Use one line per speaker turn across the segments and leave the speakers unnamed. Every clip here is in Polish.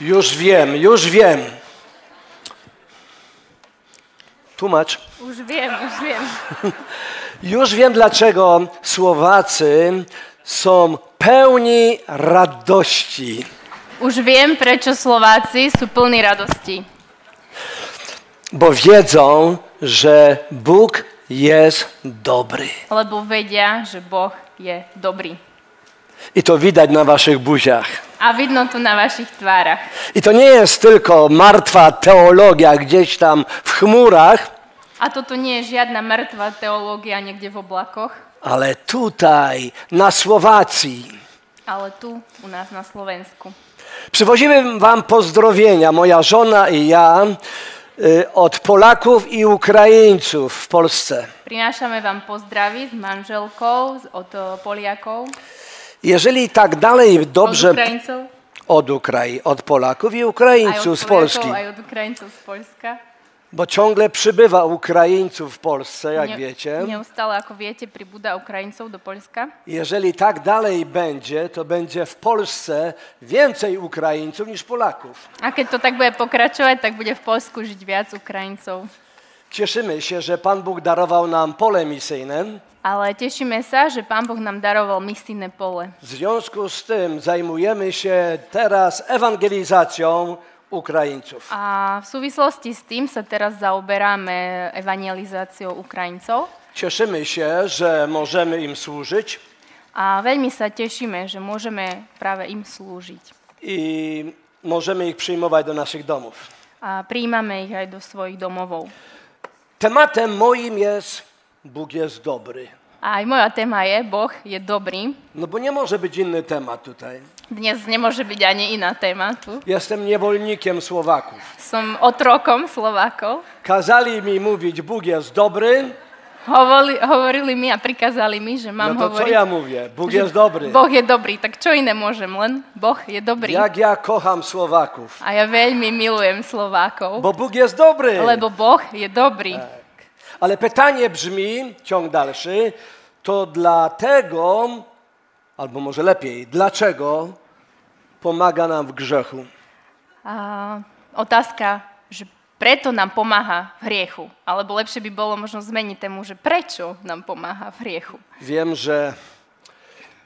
Już wiem, już wiem. Tłumacz.
Już wiem, już wiem.
Już wiem, dlaczego Słowacy są pełni radości.
Už viem, prečo Slováci sú plní radosti.
bo wiedzą, że Bóg jest dobry.
Lebo vedia, že Boh je dobrý.
I to widać na waszych buziach.
A vidno to na vašich tvárach.
I to nie jest tylko martwa teologia gdzieś tam w chmurach,
A toto nie je žiadna mŕtva teológia niekde v oblakoch,
ale tutaj, na Słowacji.
ale tu u nás na Slovensku.
Przywozimy wam pozdrowienia, moja żona i ja, y, od Polaków i Ukraińców w Polsce.
Prinášame vám pozdravy s manželkou, z- od eh, Poliakov,
Jeżeli tak dalej
od
dobrze
Ukrajincov,
od Ukrai, od Polaków i
aj od
Ukraińców z
Poliakov,
Polski.
aj od Ukrajincov z Polska.
Bo ciągle przybywa Ukraińców w Polsce, jak wiecie.
Neustále, ako viete, pribúda Ukrajincov do Polska.
Jeżeli tak dalej będzie, to będzie w Polsce więcej Ukraińców niż Polaków.
A keď to tak bude pokračovať, tak bude v Polsku žiť viac Ukrajincov.
Cieszymy się, że Pan Bóg darował nam pole misyjne.
Ale tešíme sa, že Pán Boh nám daroval misijné pole.
W związku z tym zajmujemy się teraz ewangelizacją Ukraińców.
A v súvislosti s tým sa teraz zaoberáme evangelizáciou Ukrajincov.
Cieszymy się, że możemy im służyć
A veľmi sa tešíme, že môžeme práve im slúžiť.
i możemy ich przyjmować do naszych domów.
A prijímame ich aj do svojich domovov.
Tematem moim jest Bóg jest dobry.
A aj moja téma je, Boh je dobrý.
No bo nie może być inny temat tutaj.
Dnes nemôže byť ani iná téma tu.
Jestem niewolnikiem Słowaków.
Som otrokom Slovákov.
Kazali mi mówić, Bóg jest dobry.
Hovorili, hovorili mi a prikázali mi, že
No
mám
to co
hovoriť
ja mówię? Bóg jest dobry.
Boh je dobrý, tak čo iné môžem, len Boh je dobrý.
Jak ja kocham Słowaków.
A ja veľmi milujem Slovákov,
Bo Bóg jest dobry.
lebo Boh je dobrý.
Ale pytanie brzmi, ciąg dalszy, to dlatego, albo może lepiej, dlaczego pomaga nam w grzechu?
A otázka, že preto nám pomáha v hriechu, alebo lepšie by bolo možno zmeniť tému, že prečo nám pomáha v hriechu.
Wiem, że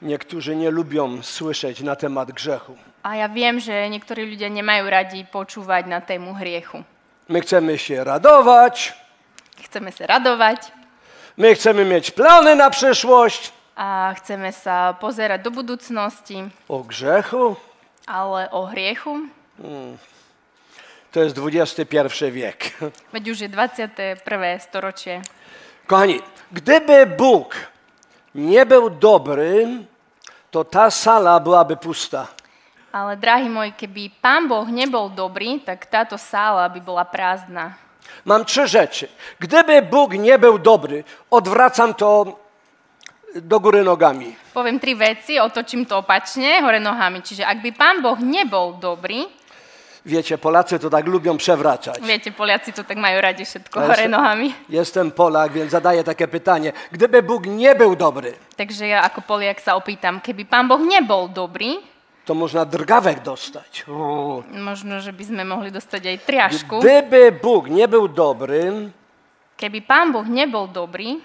niektórzy nie lubią słyszeć na temat grzechu.
A ja viem, že niektorí ľudia nemajú radi počúvať na tému hriechu.
My chcemy się radować,
Chceme sa radovať
my chcemy mieć plany na przyszłość.
a chceme sa pozerať do budúcnosti,
O grzechu
ale o hriechu,
to jest XXI wiek.
veď už je 21. storočie,
Kochani, gdyby Bóg nie był dobry, to ta sala byłaby pusta.
Ale drahí môj, keby pán Boh nebol dobrý, tak táto sála by bola prázdna.
Mam trzy rzeczy. Gdyby Bóg nie był dobry, odwracam to do góry nogami.
Poviem tri veci, otočím to opačne, hore nohami. Čiže ak by pán Boh nebol dobrý,
Wiecie, Polacy to tak lubią przewracać.
viete, Poliaci to tak majú radi všetko
Ale
hore
sa-
nohami.
Jestem Polak, więc zadaję takie pytanie. Gdyby Bóg nie był dobry,
Takže ja ako Poliak sa opýtam, keby pán Boh nebol dobrý,
to można drgawek dostać. Uuu.
možno, že by sme mohli dostať aj triašku.
Gdyby Bóg nie był dobry,
Keby pán Boh nebol dobrý,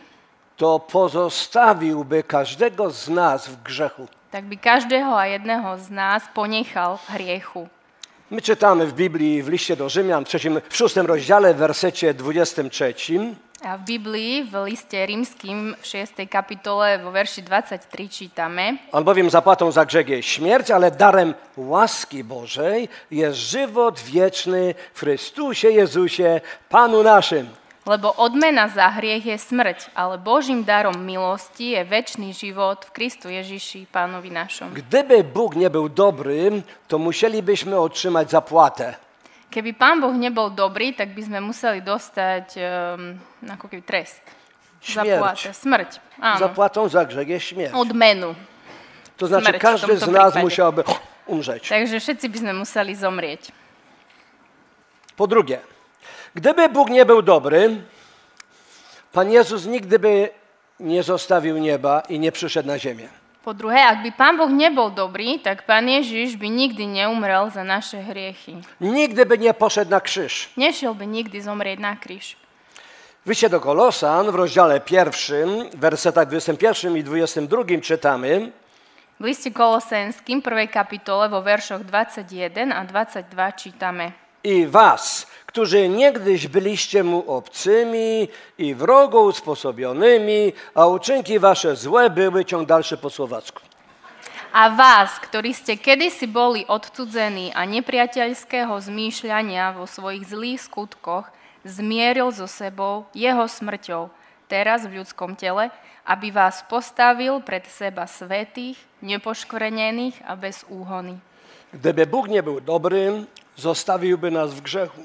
to pozostawiłby każdego z nas w grzechu.
tak by každého a jedného z nás ponechal v hriechu.
My czytamy w Biblii, w liście do Rzymian, w, trzecim, w szóstym rozdziale, w wersecie 23.
A v Biblii, v liste rímským, v 6. kapitole, vo verši 23 čítame,
Albowiem zapłatą za grzech jest śmierć, ale darem łaski Bożej jest żywot wieczny w Chrystusie Jezusie, Panu naszym.
lebo odmena za hriech je smrť, ale Božím darom milosti je väčší život v Kristu Ježiši, Pánovi našom.
Gdyby Bóg nie był dobry, to musielibyśmy otrzymać zapłatę.
Keby Pán Boh nebol dobrý, tak by sme museli dostať um, ako keby trest. Zaplata.
Śmierć.
Smrť. Áno.
Zapłatą za grzech jest śmierć.
Odmenu.
To znaczy
Smyrć w
każdy
tym
z
to
nas
przypadek.
musiałby umrzeć.
Takže všetci by sme museli zomrieť.
Po drugie, gdyby Bóg nie był dobry, Pan Jezus nigdy by nie zostawił nieba i nie przyszedł na ziemię.
Po druhé, ak by Pán Boh nebol dobrý, tak Pán Ježiš by nikdy neumrel za naše hriechy.
Nigdy by nie poszedł na krzyż.
Nešiel by nikdy zomrieť na kríž.
W liście do Kolosan w rozdziale pierwszym, w wersetach 21 i 22 czytamy,
V liste Kolosenským 1. kapitole vo veršoch 21 a 22 čítame.
i was, którzy niegdyś byliście mu obcymi i wrogo usposobionymi, a uczynki wasze złe były, ciąg dalszy po słowacku.
A vás, ktorí ste kedysi boli odcudzení a nepriateľského zmýšľania vo svojich zlých skutkoch, zmieril so sebou jeho smrťou, teraz v ľudskom tele, aby vás postavil pred seba svetých, nepoškvrnených a bez úhony.
Gdyby Bóg nie był dobry, zostawiłby nas w grzechu.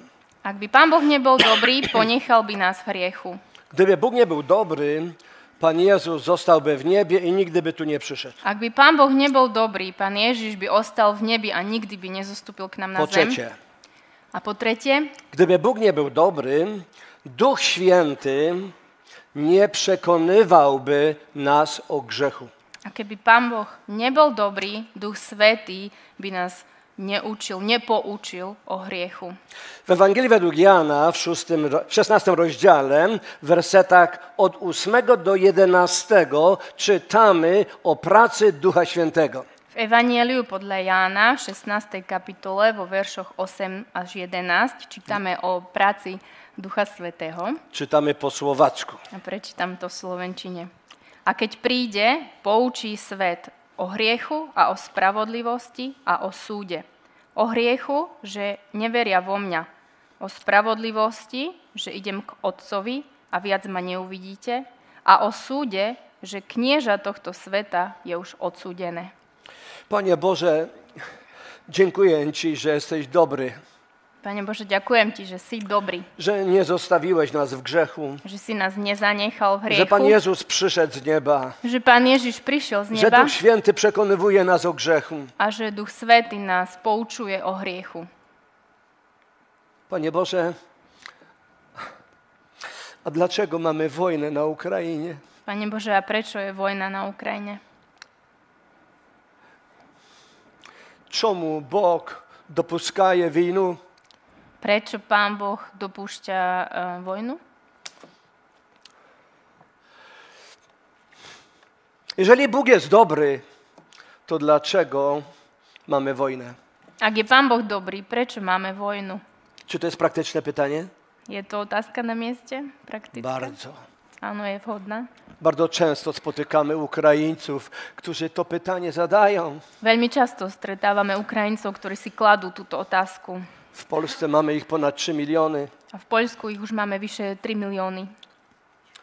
Ak by Pán Boh nebol dobrý, ponechal by nás v hriechu.
Gdyby Bóg nie był dobry, Pan Jezus zostałby w niebie i nigdy by tu nie przyszedł.
Ak by Pán Boh nebol dobrý, Pán Ježiš by ostal v nebi a nikdy by nezostúpil k nám na
Po
zem.
trzecie,
A po tretie,
gdyby Bóg nie był dobry, Duch Święty nie przekonywałby nas o grzechu.
a keby Pán Boh nebol dobrý, Duch Svetý by nás neučil, nepoučil o hriechu.
W Ewangelii według Jana w, szóstym, ro- w 16 rozdziale, w wersetach od 8 do 11 czytamy o pracy Ducha Świętego.
V Evanieliu podľa Jána v 16. kapitole vo veršoch 8 až 11 čítame o práci Ducha Svetého.
Czytamy po słowacku.
A prečítam to v Slovenčine. A keď príde, poučí svet o hriechu a o spravodlivosti a o súde. O hriechu, že neveria vo mňa. O spravodlivosti, že idem k otcovi a viac ma neuvidíte. A o súde, že knieža tohto sveta je už odsúdené.
Panie Boże, dziękuję Ci, że jesteś dobry,
Pane Bože, ďakujem Ti, že si dobrý,
że nie zostawiłeś nas w grzechu,
že si nás nezanechal v
że Pan
hriechu,
Jezus przyszedł z nieba,
že Pán Ježiš prišiel z
że
neba
Duch Święty przekonywuje nas o grzechu.
a že Duch Svetý nás poučuje o hriechu.
Panie Boże, a dlaczego mamy wojnę na Ukrainie?
Pane Bože, a prečo je vojna na Ukrajine?
Czemu Bóg dopuszczaje winu?
Prečo Pán Boh dopúšťa e, vojnu?
Jeżeli Bóg jest dobry, to dlaczego mamy wojnę?
Ak je Pán Boh dobrý, prečo máme vojnu?
Czy to jest praktyczne pytanie?
Je to otázka na mieste? Praktická?
Bardzo.
Áno, je vhodná.
Bardzo często spotykamy Ukraińców, którzy to pytanie zadają.
Veľmi často stretávame Ukrajincov, ktorí si kladú túto otázku.
W Polsce mamy ich ponad 3 miliony.
A v Poľsku ich už máme vyše 3 milióny.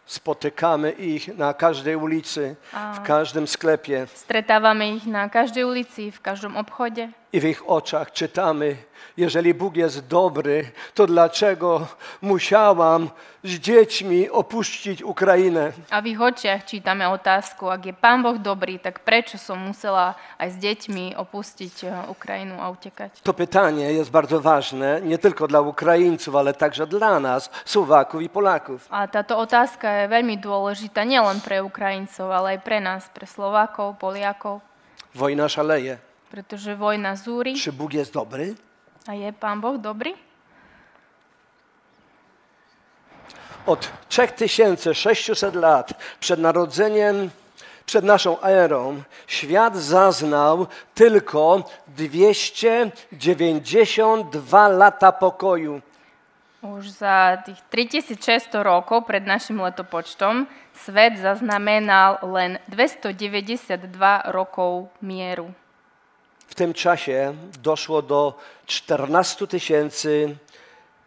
Spotykamy ich na każdej ulicy, w każdym sklepie
Stretávame ich na každej ulici, v každom obchode.
i w ich oczach czytamy: Jeżeli Bóg jest dobry, to dlaczego musiałam z dziećmi opuścić Ukrainę?
A v ich očiach čítame otázku, ak je Pán Boh dobrý, tak prečo som musela aj s deťmi opustiť e, Ukrajinu a utekať?
To pytanie jest bardzo ważne nie tylko dla Ukraińców, ale także dla nas, Słowaków i Polaków.
A táto otázka je veľmi dôležitá nielen pre Ukrajincov, ale aj pre nás, pre Slovákov, Poliakov,
Wojna szaleje.
pretože vojna zúri
Czy Bóg jest dobry?
a je Pán Boh dobrý.
Od 3600 lat przed narodzeniem, przed naszą erą, świat zaznał tylko 292 lata pokoju.
Už za tých 3600 rokov pred našim letopočtom svet zaznamenal len 292 rokov mieru.
W tym czasie doszło do 14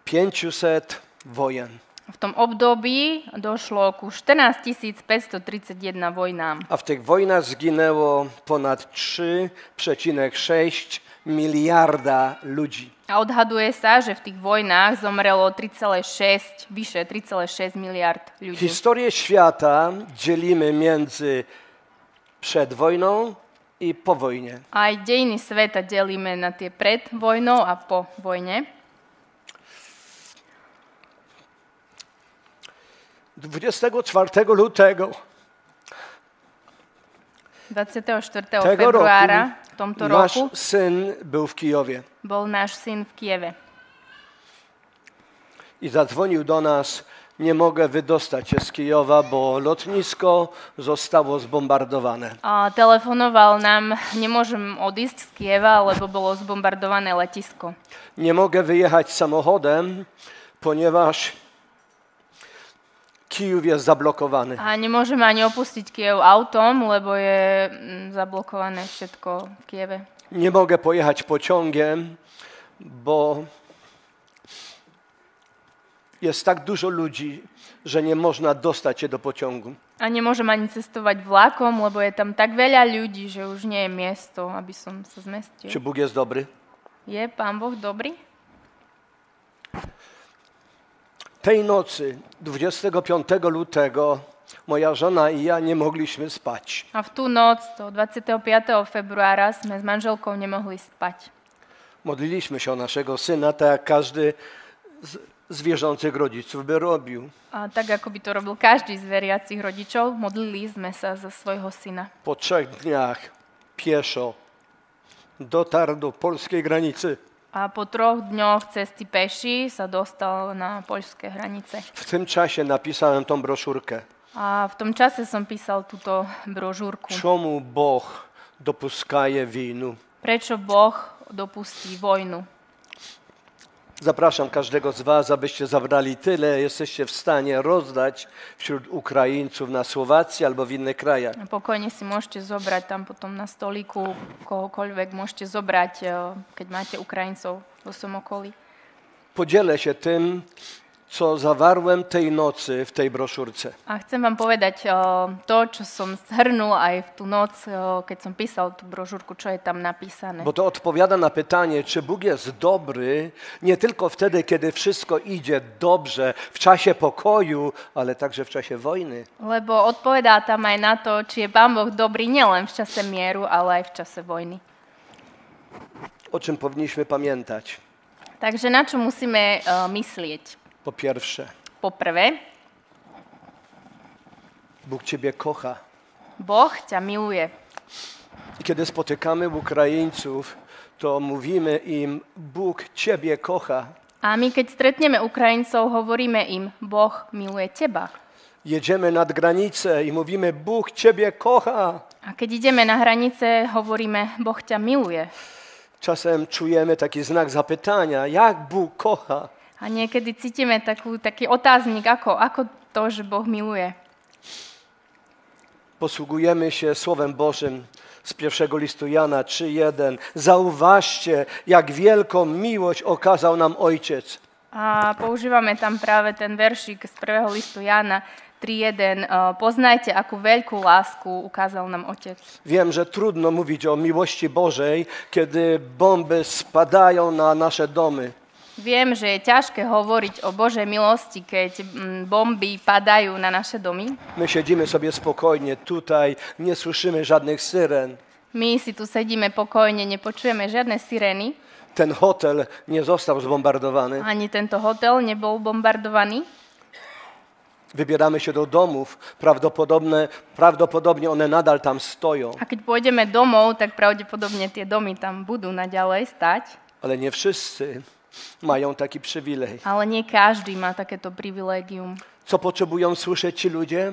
500 wojen,
V tom období došlo ku 14 531 vojnám
a w tych wojnach zginęło ponad 3,6 miliarda ludzi.
a odhaduje sa, že v tých vojnách zomrelo 3,6, vyše 3,6 miliard ľudí.
Historię świata dzielimy między przed wojną i po wojnie.
Aj dejiny sveta delíme na tie pred vojnou a po vojne.
24 lutego
24.
Tego roku
februára v tomto
Nasz
roku
syn był w Kijowie
bol náš syn v Kieve.
i zadzwonił do nas. Nie mogę wydostać się z Kijowa, bo lotnisko zostało zbombardowane.
A telefonoval nám, nemôžem odísť z Kieva, lebo bolo zbombardované letisko.
Nie mogę wyjechać samochodem, ponieważ Kijów jest zablokowany.
A nemôžem ani opustiť Kiev autom, lebo je mm, zablokované všetko v Kieve.
Nie mogę pojechać pociągiem, bo jest tak dużo ludzi, że nie można dostać się do pociągu.
A nemôžem ani cestovať vlakom, lebo je tam tak veľa ľudí, že už nie je miesto, aby som sa
Czy
zmestil.
Bóg jest dobry?
Je pán Boh dobrý?
Tej nocy, 25 lutego, moja żona i ja nie mogliśmy spać.
A v tú noc, toho 25. februára, sme s manželkou nemohli spať.
Modliliśmy się o naszego syna, tak jak każdy z, z wierzących rodziców by robił.
A tak, ako by to robil každý z veriacich rodičov, modlili sme sa za svojho syna.
Po trzech dniach pieszo dotarł do polskiej granicy.
A po troch dňoch cesty peši sa dostal na poľské hranice.
W tym czasie napisałem tą broszurkę.
A v tom čase som písal túto brožúrku.
Czemu Bóg dopuszczaje winu?
Prečo Boh dopustí vojnu?
Zapraszam każdego z Was, abyście zabrali tyle, jesteście w stanie rozdać wśród Ukraińców na Słowacji albo w innych krajach.
A Pokojne si môžete zobrať tam potom na stolíku, kohokoľvek môžete zobrať, e, keď máte Ukrajincov vo svojom okolí.
Podzielę się tym, co zawarłem tej nocy w tej broszurce.
A chcem vám povedať e, to, čo som zhrnul aj v tú noc, e, keď som písal tú brožúrku, čo je tam napísané.
Bo to odpowiada na pytanie, czy Bóg jest dobry nie tylko wtedy, kiedy wszystko idzie dobrze, w czasie pokoju, ale także w czasie wojny.
Lebo odpovedá tam aj na to, či je Pán Boh dobrý nielen v čase mieru, ale aj v čase vojny.
O czym powinniśmy pamiętać?
Takže na čo musíme e, myslieť?
Po pierwsze,
Poprvé,
Bóg Ciebie kocha.
Boh ťa miluje.
I kiedy spotykamy Ukraińców, to mówimy im, Bóg Ciebie kocha.
A my, keď stretneme Ukrajincov, hovoríme im, Boh miluje teba.
Jedziemy nad granicę i mówimy, Bóg Ciebie kocha.
A keď ideme na hranice, hovoríme, Boh ťa miluje.
Czasem czujemy taki znak zapytania, jak Bóg kocha.
A niekedy cítime takú, taký otáznik, ako, ako to, že Boh miluje.
Posługujemy się Słowem Bożym z pierwszego listu Jana 3.1. Zauważcie, jak wielką miłość okazał nam Ojciec.
A používame tam práve ten veršik z prvého listu Jana 3.1. e, Poznajte, akú veľkú lásku ukázal nám Otec.
Wiem, że trudno mówić o miłości Bożej, kiedy bomby spadają na nasze domy.
Viem, že je ťažké hovoriť o Božej milosti, keď mm, bomby padajú na naše domy.
My siedzimy sobie spokojnie tutaj, nie słyszymy żadnych syren.
My si tu sedíme pokojne, nepočujeme žiadne sirény,
Ten hotel nie został zbombardowany.
ani tento hotel nebol bombardovaný.
Wybieramy się do domów, prawdopodobne, prawdopodobnie one nadal tam stoją,
A keď pôjdeme domov, tak pravdepodobne tie domy tam budú naďalej stať,
ale nie wszyscy mają taki przywilej.
ale nie každý má takéto privilégium. E,
Co potrzebują słyszeć ci ludzie?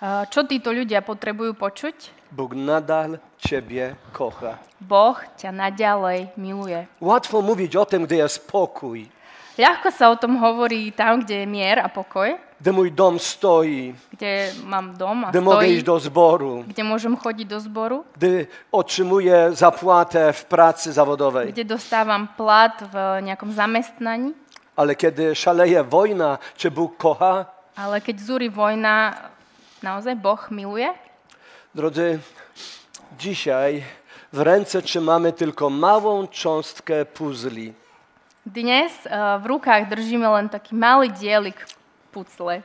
A Čo títo ľudia potrebujú počuť?
Bóg nadal Ciebie kocha.
Boh ťa naďalej miluje.
Łatwo mówić o tym, gdy jest pokój,
Ľahko sa o tom hovorí tam, kde je mier a pokoj,
gdy mój dom stoi,
kde mám dom a
gdy mogę
stojí,
iść do zboru,
kde môžem chodiť do zboru,
gdy otrzymuję zapłatę w pracy zawodowej.
kde dostávam plat v nejakom zamestnaní,
Ale kiedy szaleje wojna, czy Bóg kocha?
ale keď zúri vojna, naozaj Boh miluje?
Drodzy, dzisiaj w ręce trzymamy tylko małą cząstkę puzli.
Dnes eh, v rukách držíme len taký malý dielik pucle,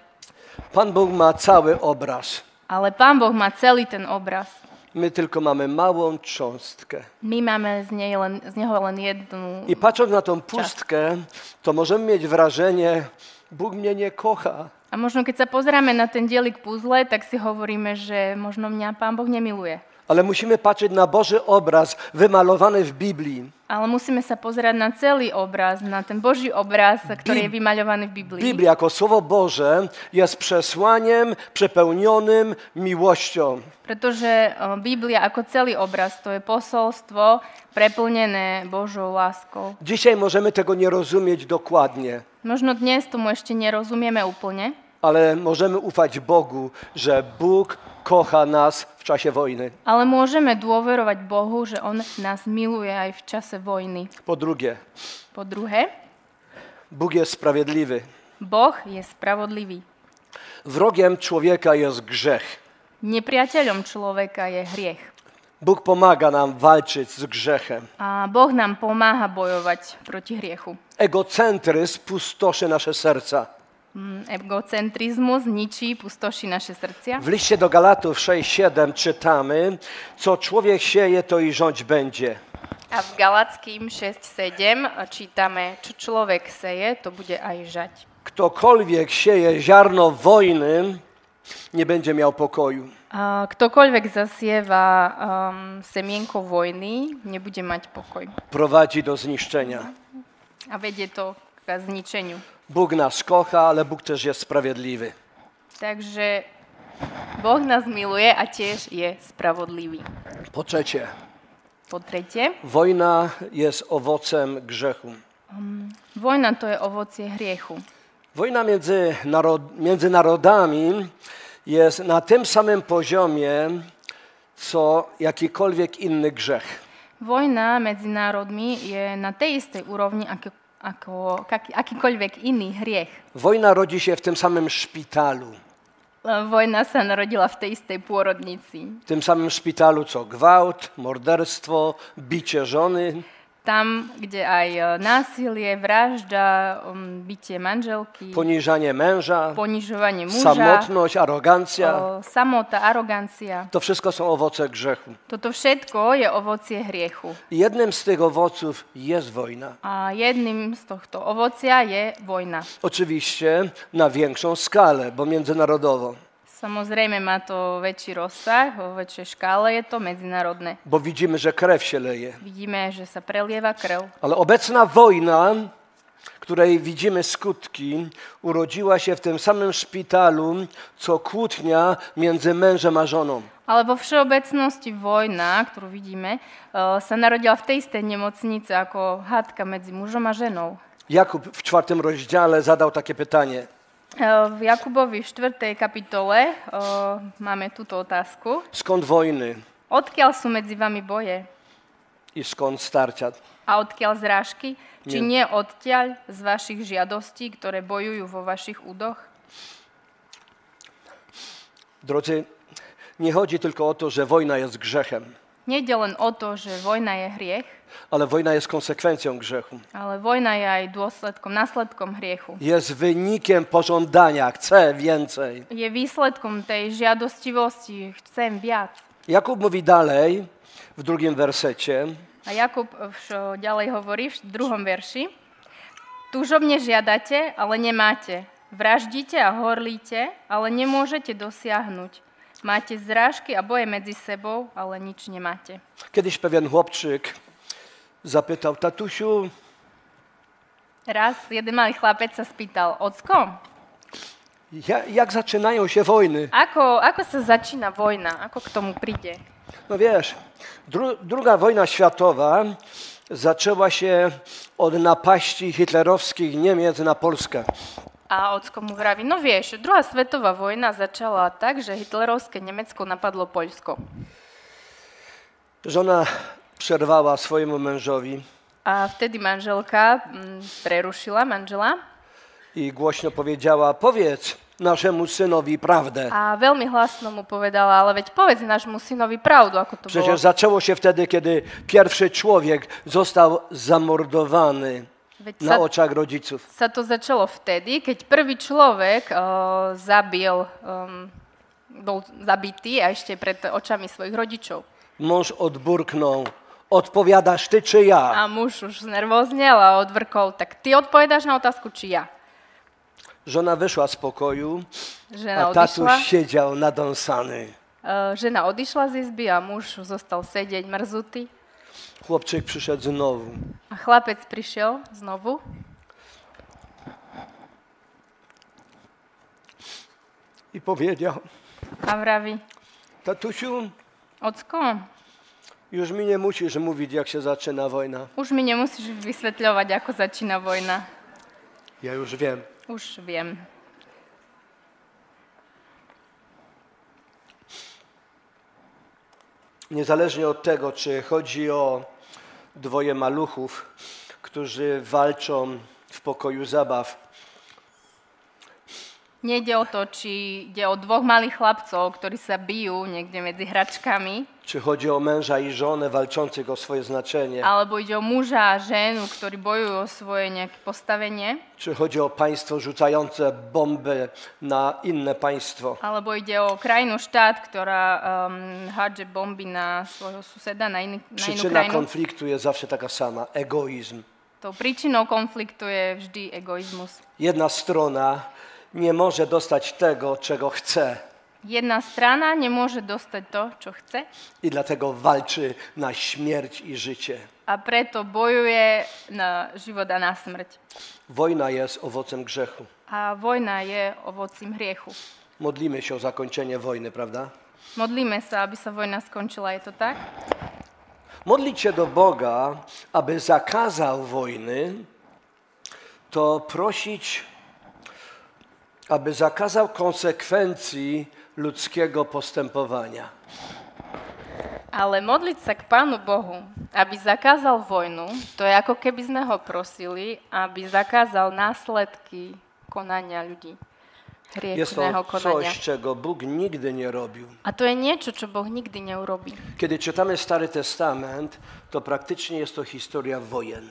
Pan Bóg ma cały obraz.
ale Pán Boh má celý ten obraz.
My tylko mamy małą cząstkę.
My máme z, nej len, z neho len jednu
I patrząc na tą pustkę, to możemy mieć wrażenie, Bóg mnie nie kocha.
A možno keď sa pozeráme na ten dielik puzle, tak si hovoríme, že možno mňa pán Boh nemiluje.
Ale musimy patrzeć na Boży obraz wymalowany w Biblii.
Ale musíme sa pozerať na celý obraz, na ten Boží obraz, ktorý je vymaľovaný v Biblii.
Biblia jako Słowo Boże jest przesłaniem przepełnionym miłością.
Pretože eh, Biblia ako celý obraz to je posolstvo preplnené Božou láskou.
Dzisiaj możemy tego nie rozumieć dokładnie,
Možno dnes tomu ešte nerozumieme úplne,
ale możemy ufać Bogu, że Bóg kocha nas w czasie wojny.
ale môžeme dôverovať Bohu, že On nás miluje aj v čase vojny.
Po drugie,
Po druhé,
Bóg jest sprawiedliwy.
Boh je spravodlivý.
Wrogiem człowieka jest grzech.
Nepriateľom človeka je hriech.
Bóg pomaga nam walczyć z grzechem.
A Boh nám pomáha bojovať proti hriechu.
Egocentryzm pustoszy nasze serca.
Mm, Egocentrizmus ničí, pustoší naše srdcia.
W liście do Galatów 6:7 czytamy: Co człowiek sieje, to i rządź będzie.
A v Galackým 6.7 čítame, čo človek seje, to bude aj žať.
Ktokolwiek sieje ziarno wojny, nie będzie miał pokoju.
A ktokoľvek zasieva um, semienko vojny, nebude mať pokoj.
Prowadzi do zniszczenia.
A vedie to k zničeniu.
Bóg nas kocha, ale Bóg też jest sprawiedliwy.
Takže Boh nás miluje a tiež je spravodlivý.
Po trzecie,
Po tretie,
wojna jest owocem grzechu.
vojna to je ovocie hriechu.
Wojna między, narod, między narodami jest na tym samym poziomie, co jakikolwiek inny grzech.
Vojna medzi národmi je na tej istej úrovni ako, ako aký, akýkoľvek iný hriech. E,
Wojna rodzi się w tym samym szpitalu.
Len Vojna sa narodila v tej istej pôrodnici.
W tym samym szpitalu co gwałt, morderstwo, bicie żony.
Tam, kde aj e, násilie, vražda, um, bitie manželky,
poniżanie męża,
ponižovanie muža,
samotność, arogancja.
o, samota, arogancia.
To wszystko są owoce grzechu.
Toto všetko je ovocie hriechu.
I Jednym z tych owoców jest wojna.
A jedným z tohto ovocia je vojna.
Oczywiście na większą skalę, bo międzynarodowo.
Samozrejme má to väčší rozsah, vo väčšej škále je to medzinárodné.
Bo widzimy, że krew się leje.
Vidíme, že sa prelieva krv.
Ale obecna wojna, której widzimy skutki, urodziła się w tym samym szpitalu, co kłótnia między mężem a żoną.
Ale vo všeobecnosti vojna, ktorú vidíme, e, sa narodila v tej istej nemocnice ako hádka medzi mužom a ženou.
Jakub w czwartym rozdziale zadał takie pytanie.
E, V Jakubovi v 4. kapitole e, máme túto otázku.
Skąd wojny
Odkiaľ sú medzi vami boje?
i skąd starcia?
A odkiaľ zrážky? Či nie odtiaľ z vašich žiadostí, ktoré bojujú vo vašich údoch?
Drodzy, nie chodzi tylko o to, że wojna jest grzechem,
Nejde len o to, že vojna je hriech,
ale wojna jest konsekwencją grzechu.
ale vojna je aj dôsledkom, následkom hriechu.
Jest wynikiem pożądania, chcę więcej.
Je výsledkom tej žiadostivosti, chcem viac.
Jakub mówi dalej w drugim wersecie,
A Jakub vš- ďalej hovorí v druhom verši. Túžobne žiadate, ale nemáte. Vraždíte a horlíte, ale nemôžete dosiahnuť. Máte zrážky a boje medzi sebou, ale nič nemáte.
kiedyś pewien chłopczyk zapytał, tatusiu,
Raz jeden malý chlapec sa spýtal, ocko,
ja- jak zaczynają się wojny?
ako, ako sa začína vojna? Ako k tomu príde?
No wiesz, dru druga wojna światowa zaczęła się od napaści hitlerowskich Niemiec na Polskę.
A ocko mu vraví, no vieš, druhá svetová vojna začala tak, že hitlerovské Nemecko napadlo Poľsko.
Żona przerwała swojemu mężowi
A vtedy manželka mm, prerušila manžela
i głośno powiedziała: Powiedz naszemu synowi prawdę.
a veľmi hlasno mu povedala, ale veď povedz nášmu synovi pravdu, ako to bolo.
Przecież zaczęło się wtedy, kiedy pierwszy człowiek został zamordowany
Veď sa,
na oczach rodziców.
sa to začalo vtedy, keď prvý človek uh, zabil, um, bol zabitý a ešte pred očami svojich rodičov.
Mąż odburknął: Odpowiadasz ty czy ja?
A muž už znervoznel a odvrkol, tak ty odpovedáš na otázku, či ja.
Żona wyszła z pokoju,
Žena
a tatuś
odišla
siedział nadąsany.
E, Žena odišla z izby a muž zostal sedieť mrzutý.
Chłopczyk przyszedł znowu.
A chlapec prišiel znovu
I powiedział,
a vraví,
tatusiu,
ocko,
już mi nie musisz mówić, jak się zaczyna wojna.
už mi nemusíš vysvetľovať, ako začína vojna.
Ja już wiem.
Už viem.
Niezależnie od tego, czy chodzi o dwoje maluchów, którzy walczą w pokoju zabaw,
Nejde o to, či ide o dvoch malých chlapcov, ktorí sa bijú niekde medzi hračkami,
czy chodzi o męża i żonę walczących o swoje znaczenie,
alebo ide o muža a ženu, ktorí bojujú o svoje nejaké postavenie,
czy chodzi o państwo rzucające bomby na inne państwo.
alebo ide o krajinu štát, ktorá um, hádže bomby na svojho suseda, na, iný, na inú
Przyczyna
krajinu.
konfliktu jest zawsze taka sama egoizm.
Tou príčinou konfliktu je vždy egoizmus.
Jedna strona nie może dostać tego, czego chce,
Jedna strana nemôže dostať to, čo chce
i dlatego walczy na śmierć i życie.
a preto bojuje na život a na smrť.
Wojna jest owocem grzechu.
A vojna je ovocím hriechu.
Modlimy się o zakończenie wojny, prawda?
Modlíme sa, aby sa vojna skončila, je to tak?
Modlić się do Boga, aby zakazał wojny, to prosić, aby zakazał konsekwencji ludzkiego postępowania.
Ale modliť sa k Pánu Bohu, aby zakázal vojnu, to je ako keby sme ho prosili, aby zakázal následky konania ľudí,
Jest
hriechného
to
konania.
coś, czego Bóg nigdy nie robił.
A to je niečo, čo Boh nikdy neurobí.
Kiedy czytamy Stary Testament, to praktycznie jest to historia wojen.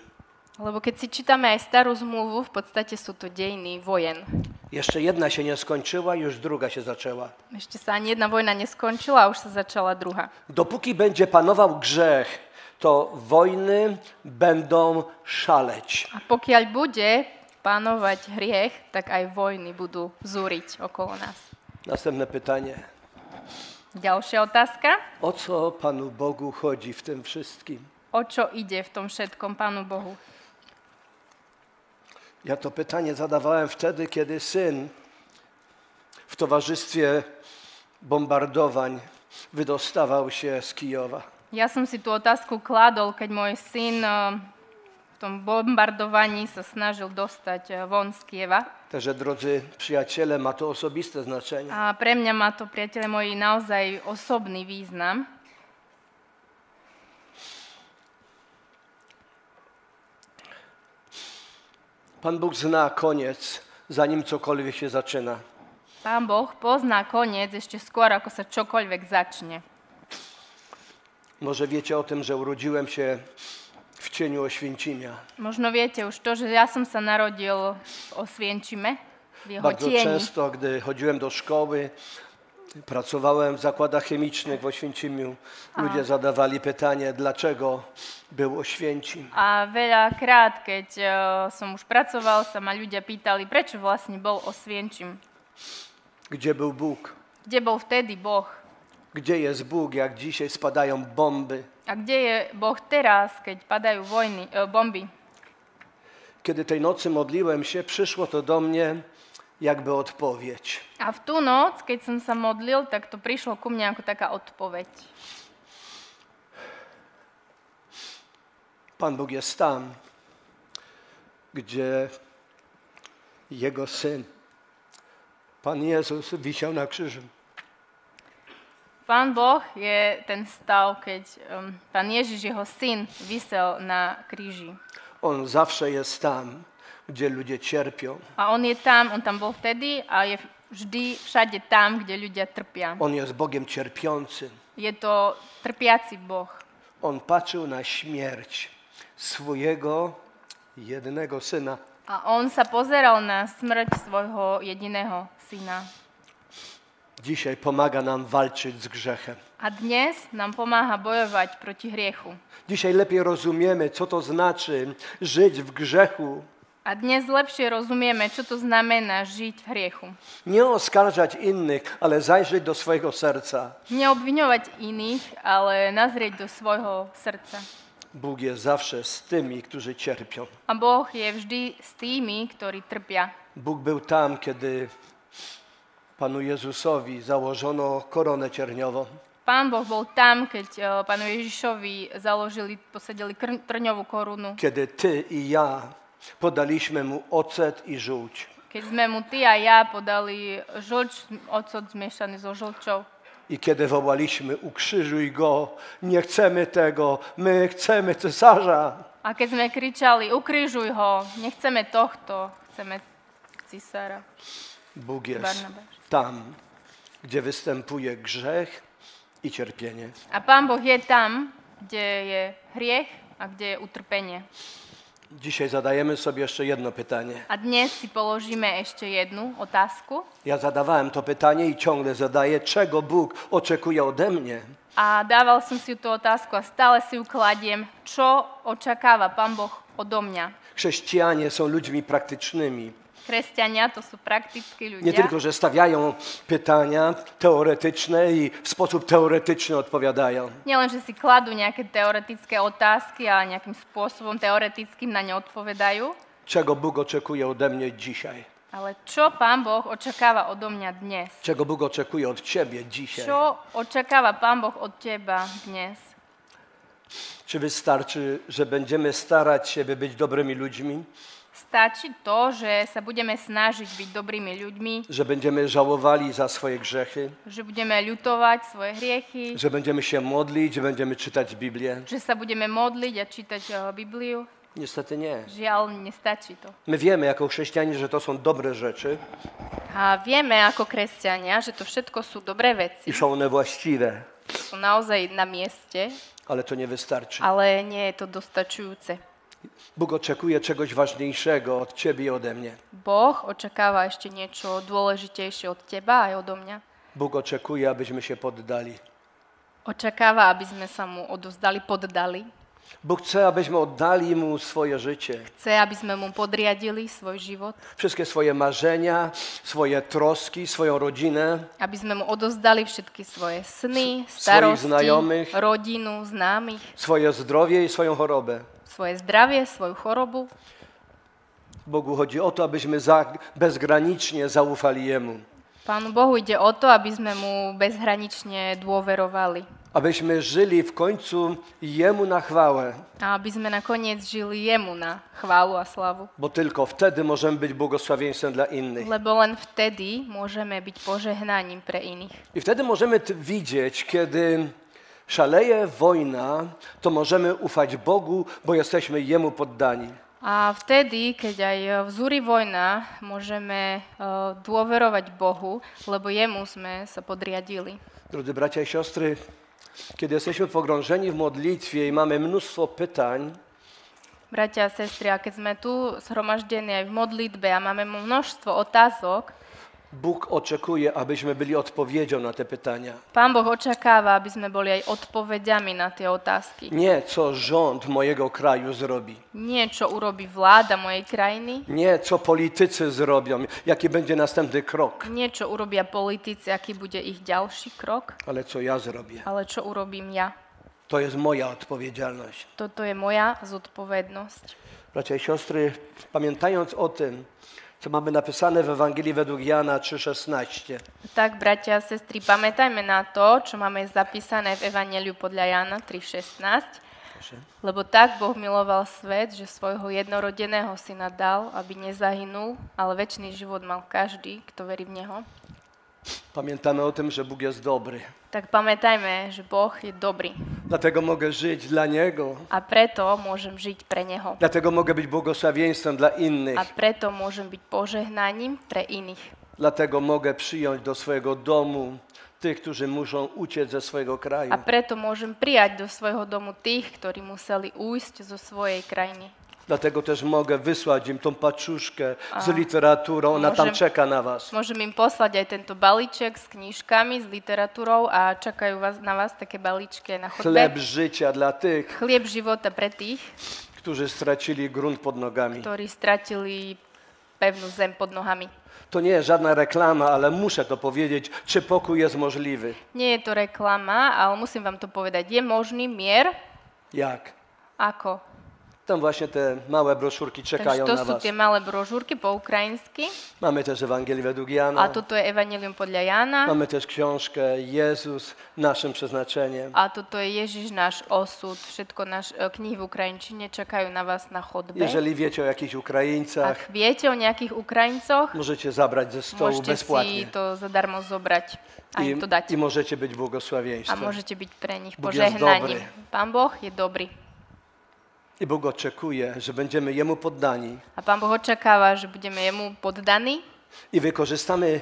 Lebo keď si čítame aj starú zmluvu, v podstate sú to dejiny vojen.
Jeszcze jedna się nie skończyła, już druga się zaczęła.
Ešte sa ani jedna vojna neskončila a už sa začala druhá.
Dopóki będzie panował grzech, to wojny będą szaleć.
A pokiaľ bude panovať hriech, tak aj vojny budú zúriť okolo nás.
Następne pytanie.
Ďalšia otázka.
O co Panu Bogu chodzi w tym wszystkim?
O čo ide v tom všetkom Pánu Bohu?
Ja to pytanie zadawałem wtedy, kiedy syn w towarzystwie bombardowań wydostawał się z Kijowa.
Ja som si tú otázku kladol, keď môj syn eh, v tom bombardovaní sa snažil dostať eh, von z Kieva.
Także, drodzy przyjaciele, ma to osobiste znaczenie.
A pre mňa má to, priateľe moji, naozaj osobný význam.
Pan Bóg zna koniec, zanim cokolwiek się zaczyna.
Pán Boh pozná koniec ešte skôr, ako sa čokoľvek začne.
Może wiecie o tym, że urodziłem się w cieniu Oświęcimia.
Možno viete už to, že ja som sa narodil v Osvienčime, v jeho
Bardzo
tieni.
często, gdy chodziłem do szkoły, pracowałem w zakładach chemicznych w Oświęcimiu, ludzie zadawali pytanie, dlaczego był Oświęcim.
A veľakrát, keď eh, som už pracoval, sa ma ľudia pýtali, prečo vlastne bol Osvienčim.
Gdzie był Bóg?
Kde bol vtedy Boh?
Gdzie jest Bóg, jak dzisiaj spadają bomby?
A kde je Boh teraz, keď padajú vojny, e, bomby?
Kiedy tej nocy modliłem się, przyszło to do mnie jakby odpowiedź.
A v tú noc, keď som sa modlil, tak to prišlo ku mne ako taká odpoveď.
Pan Bóg jest tam, gdzie Jego Syn, Pan Jezus, wisiał na krzyżu.
Pán Boh je ten stav, keď um, pán Ježiš, jeho syn, vysel na kríži.
On zawsze jest tam, gdzie ludzie cierpią.
A on je tam, on tam bol vtedy a je vždy všade tam, kde ľudia trpia.
On jest Bogiem cierpiącym.
Je to trpiaci Boh.
On patrzył na śmierć swojego jednego syna.
A on sa pozeral na smrť svojho jediného syna.
Dzisiaj pomaga nam walczyć z grzechem.
A dnes nám pomáha bojovať proti hriechu.
Dzisiaj lepiej rozumiemy, co to znaczy żyć w grzechu,
A A dnes lepšie rozumieme, čo to znamená žiť v hriechu.
Nie oskarżać innych, ale zajrzeć do swojego serca.
Neobviňovať iných, ale nazrieť do svojho srdca.
Bóg jest zawsze z tymi, którzy cierpią.
A Boh je vždy s tými, ktorí trpia.
Bóg był tam, kiedy Panu Jezusowi założono koronę cierniową.
Pán Boh bol tam, keď eh, pánu Ježišovi založili, posadili krn- trňovú korunu.
Kiedy ty i ja podaliśmy mu ocet i żółć.
Keď sme mu ty a ja podali žlč, ocot zmiešaný so žlčou.
I kiedy wołaliśmy, ukrzyżuj go, nie chcemy tego, my chcemy cesarza.
A keď sme kričali, ukrižuj ho, nechceme tohto, chceme cisára.
Bóg jest
Barnabasz.
tam, gdzie występuje grzech i cierpienie.
A Pán Boh je tam, kde je hriech a kde je utrpenie.
Dzisiaj zadajemy sobie jeszcze jedno pytanie.
A dnes si položíme ešte jednu otázku
Ja zadawałem to pytanie i ciągle zadaję, czego Bóg oczekuje ode mnie.
a dával som si tú otázku a stále si ju kladiem, čo očakáva Pán Boh odo mňa.
Chrześcijanie są ludźmi praktycznymi.
Kresťania to sú praktickí
Nie
ľudia,
tylko, że stawiają pytania teoretyczne i w sposób teoretyczny odpowiadają,
nielen, že si kladú nejaké teoretické otázky a nejakým spôsobom teoretickým na ne odpovedajú,
czego Bóg oczekuje ode mnie dzisiaj,
ale čo Pán Boh očakáva odo mňa dnes?
czego Bóg oczekuje od ciebie dzisiaj.
Čo očakáva Pán Boh od teba dnes?
Czy wystarczy, że będziemy starać się, by być dobrymi ludźmi,
Stačí to, že sa budeme snažiť byť dobrými ľuďmi,
że będziemy żałowali za swoje grzechy,
že budeme ľutovať svoje hriechy,
że będziemy się modlić, że będziemy czytać Biblię?
že sa budeme modliť a čítať eh, Bibliu.
Niestety nie.
Žiaľ, nestačí to.
My wiemy jako chrześcijanie, że to są dobre rzeczy
A vieme ako kresťania, že to všetko sú dobré
i
veci,
są one właściwe,
sú naozaj na mieste,
ale to nie wystarczy.
ale nie je to dostačujúce.
Bóg oczekuje czegoś ważniejszego od ciebie i ode mnie.
Boh očakáva ešte niečo dôležitejšie od teba aj odo mňa.
Bóg oczekuje, abyśmy się poddali.
Očakáva, aby sme sa mu odozdali, poddali.
Bóg chce, abyśmy oddali Mu swoje życie,
Chce, aby sme mu podriadili svoj život,
wszystkie swoje marzenia, swoje troski, swoją rodzinę.
aby sme mu odozdali všetky svoje sny,
svojich
starosti,
znájomých.
rodinu, známych,
swoje zdrowie i swoją chorobę.
svoje zdravie, svoju chorobu.
Bogu chodzi o to, abyśmy za, bezgranicznie zaufali Jemu,
Pánu Bohu ide o to, aby sme mu bezhranične dôverovali.
abyśmy żyli w końcu Jemu na chwałę,
A aby sme nakoniec žili jemu na chválu a slavu.
bo tylko wtedy możemy być błogosławieństwem dla innych.
Lebo len vtedy môžeme byť požehnaním pre iných.
I wtedy możemy t- widzieć, kiedy szaleje wojna, to możemy ufać Bogu, bo jesteśmy Jemu poddani.
A vtedy, keď aj vzúri vojna, môžeme eh, dôverovať Bohu, lebo jemu sme sa podriadili.
Drodzy bracia i siostry, kiedy jesteśmy pogrążeni w modlitwie i mamy mnóstwo pytań,
Bratia a sestry, a keď sme tu zhromaždení aj v modlitbe a máme množstvo otázok,
Bóg oczekuje, abyśmy byli odpowiedzią na te pytania.
Pán Boh očakáva, aby sme boli aj odpovediami na tie otázky.
Nie co rząd mojego kraju zrobi,
Nie, čo urobí vláda mojej krajiny,
nie co politycy zrobią, jaki będzie następny krok,
nie, čo urobia politici, aký bude ich ďalší krok,
ale co ja zrobię.
ale čo urobím ja.
To jest moja odpowiedzialność.
Toto je moja zodpovednosť.
Bracia i siostry, pamiętając o tym, co mamy napisane w Ewangelii według Jana 3,16,
Tak, bratia a sestry, pamätajme na to, čo máme zapísané v Evangeliu podľa Jána 3.16, lebo tak Boh miloval svet, že svojho jednorodeného syna dal, aby nezahynul, ale väčší život mal každý, kto verí v Neho.
pamiętamy o tym, że Bóg jest dobry.
Tak pamätajme, že Boh je dobrý
Dlatego mogę żyć dla Niego,
a preto môžem žiť pre Neho.
dlatego mogę być błogosławieństwem dla innych,
A preto môžem byť požehnaním pre iných.
dlatego mogę przyjąć do swojego domu tych, którzy muszą uciec ze swojego kraju.
A preto môžem prijať do svojho domu tých, ktorí museli újsť zo svojej krajiny.
Dlatego też mogę wysłać im tą paczuszkę z literaturą, ona tam
Możemy-
czeka na was.
Môžem im poslať aj tento balíček s knížkami, s literatúrou a čakajú vás, na vás také balíčky aj na chodbe.
Chleb życia dla tych,
Chlieb života pre tých,
którzy stracili grunt pod nogami.
ktorí stratili pevnú zem pod nohami.
To nie jest żadna reklama, ale muszę to powiedzieć, czy pokój jest możliwy.
Nie je to reklama, ale musím vám to povedať. Je možný mier?
Jak?
Ako?
Tam właśnie te małe broszurki
Takže
czekają
to
na
sú
was.
tie malé brožúrky po ukrajinsky.
Mamy też Ewangelię według
A
Jana.
toto je Evangelium podľa Jána.
Mamy też książkę Jezus naszym przeznaczeniem.
A toto je Ježiš náš osud. Všetko naš, e, knihy v Ukrajinčine čakajú na vás na chodbe.
Jeżeli wiecie o jakichś Ukraińcach,
Ak viete o nejakých Ukrajincoch,
możecie zabrać ze stołu
môžete si
bezpłatnie.
to zadarmo zobrať a
I,
im to dať.
I możecie być
A
błogosławieństwem.
môžete byť pre nich
Bóg jest
požehnaním.
dobry.
Pán Boh je dobrý.
I Bóg oczekuje, że będziemy Jemu poddani
A pán Boh očakáva, že budeme jemu poddaní
i wykorzystamy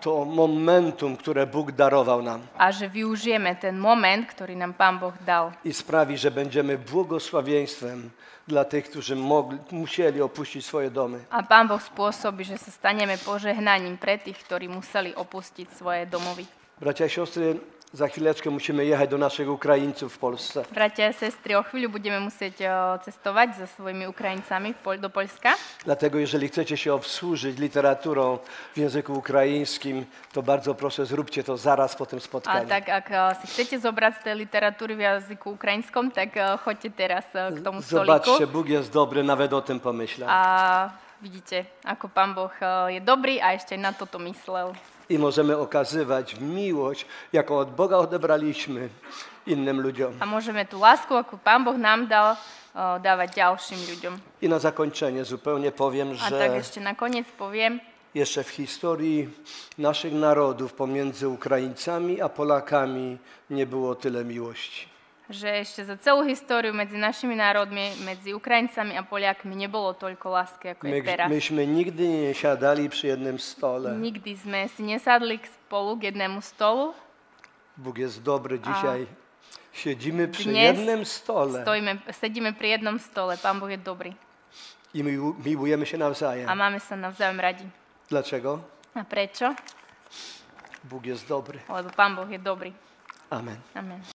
to momentum, które Bóg darował nam
a že využijeme ten moment, ktorý nám pán Boh dal.
i sprawi, że będziemy błogosławieństwem dla tych, którzy mogli, musieli opuścić swoje domy.
A pán Boh spôsobí, že sa staneme požehnaním pre tých, ktorí museli opustiť svoje domovy.
Bracia i siostry, za chwileczkę musimy jechać do naszych Ukraińców w Polsce.
Bratia a sestry, o chvíľu budeme musieť eh, cestovať so svojimi Ukrajincami v Pol- do Poľska.
Dlatego jeżeli chcecie się obsłużyć literaturą w języku ukraińskim, to bardzo proszę zróbcie to zaraz po tym
A
spotkaniu.
tak, ak eh, si chcete zobrať z tej literatúry v jazyku ukrajinskom, tak eh, choďte teraz eh, k tomu
Zobaczcie,
stolíku.
Bóg jest dobry, nawet o tym pomyślał.
A vidíte, ako pán Boh eh, je dobrý a ešte aj na toto myslel.
I możemy okazywać miłość, jaką od Boga odebraliśmy innym ludziom.
A môžeme tú lásku, ako pán Boh nám dal, eh, dávať ďalším ľuďom.
I na zakończenie zupełnie powiem,
A tak
że
ešte nakoniec poviem,
jeszcze w historii naszych narodów pomiędzy Ukraińcami a Polakami nie było tyle miłości.
že ešte za celú históriu medzi našimi národmi, medzi Ukrajincami a Poliakmi nebolo toľko lásky, ako je
My,
teraz.
myśmy nigdy nie siadali przy jednym stole.
Nikdy sme si nesadli k spolu k jednému stolu.
Bóg jest dobry dzisiaj. Siedzimy przy
Dnes
jednym stole
Stojíme, sedíme pri jednom stole, Pán Boh je dobrý.
i mił- miłujemy się
A
nawzajem.
máme sa navzájom radi.
Dlaczego?
A prečo?
Bóg jest dobry.
Lebo Pán Boh je dobrý.
Amen.
Amen.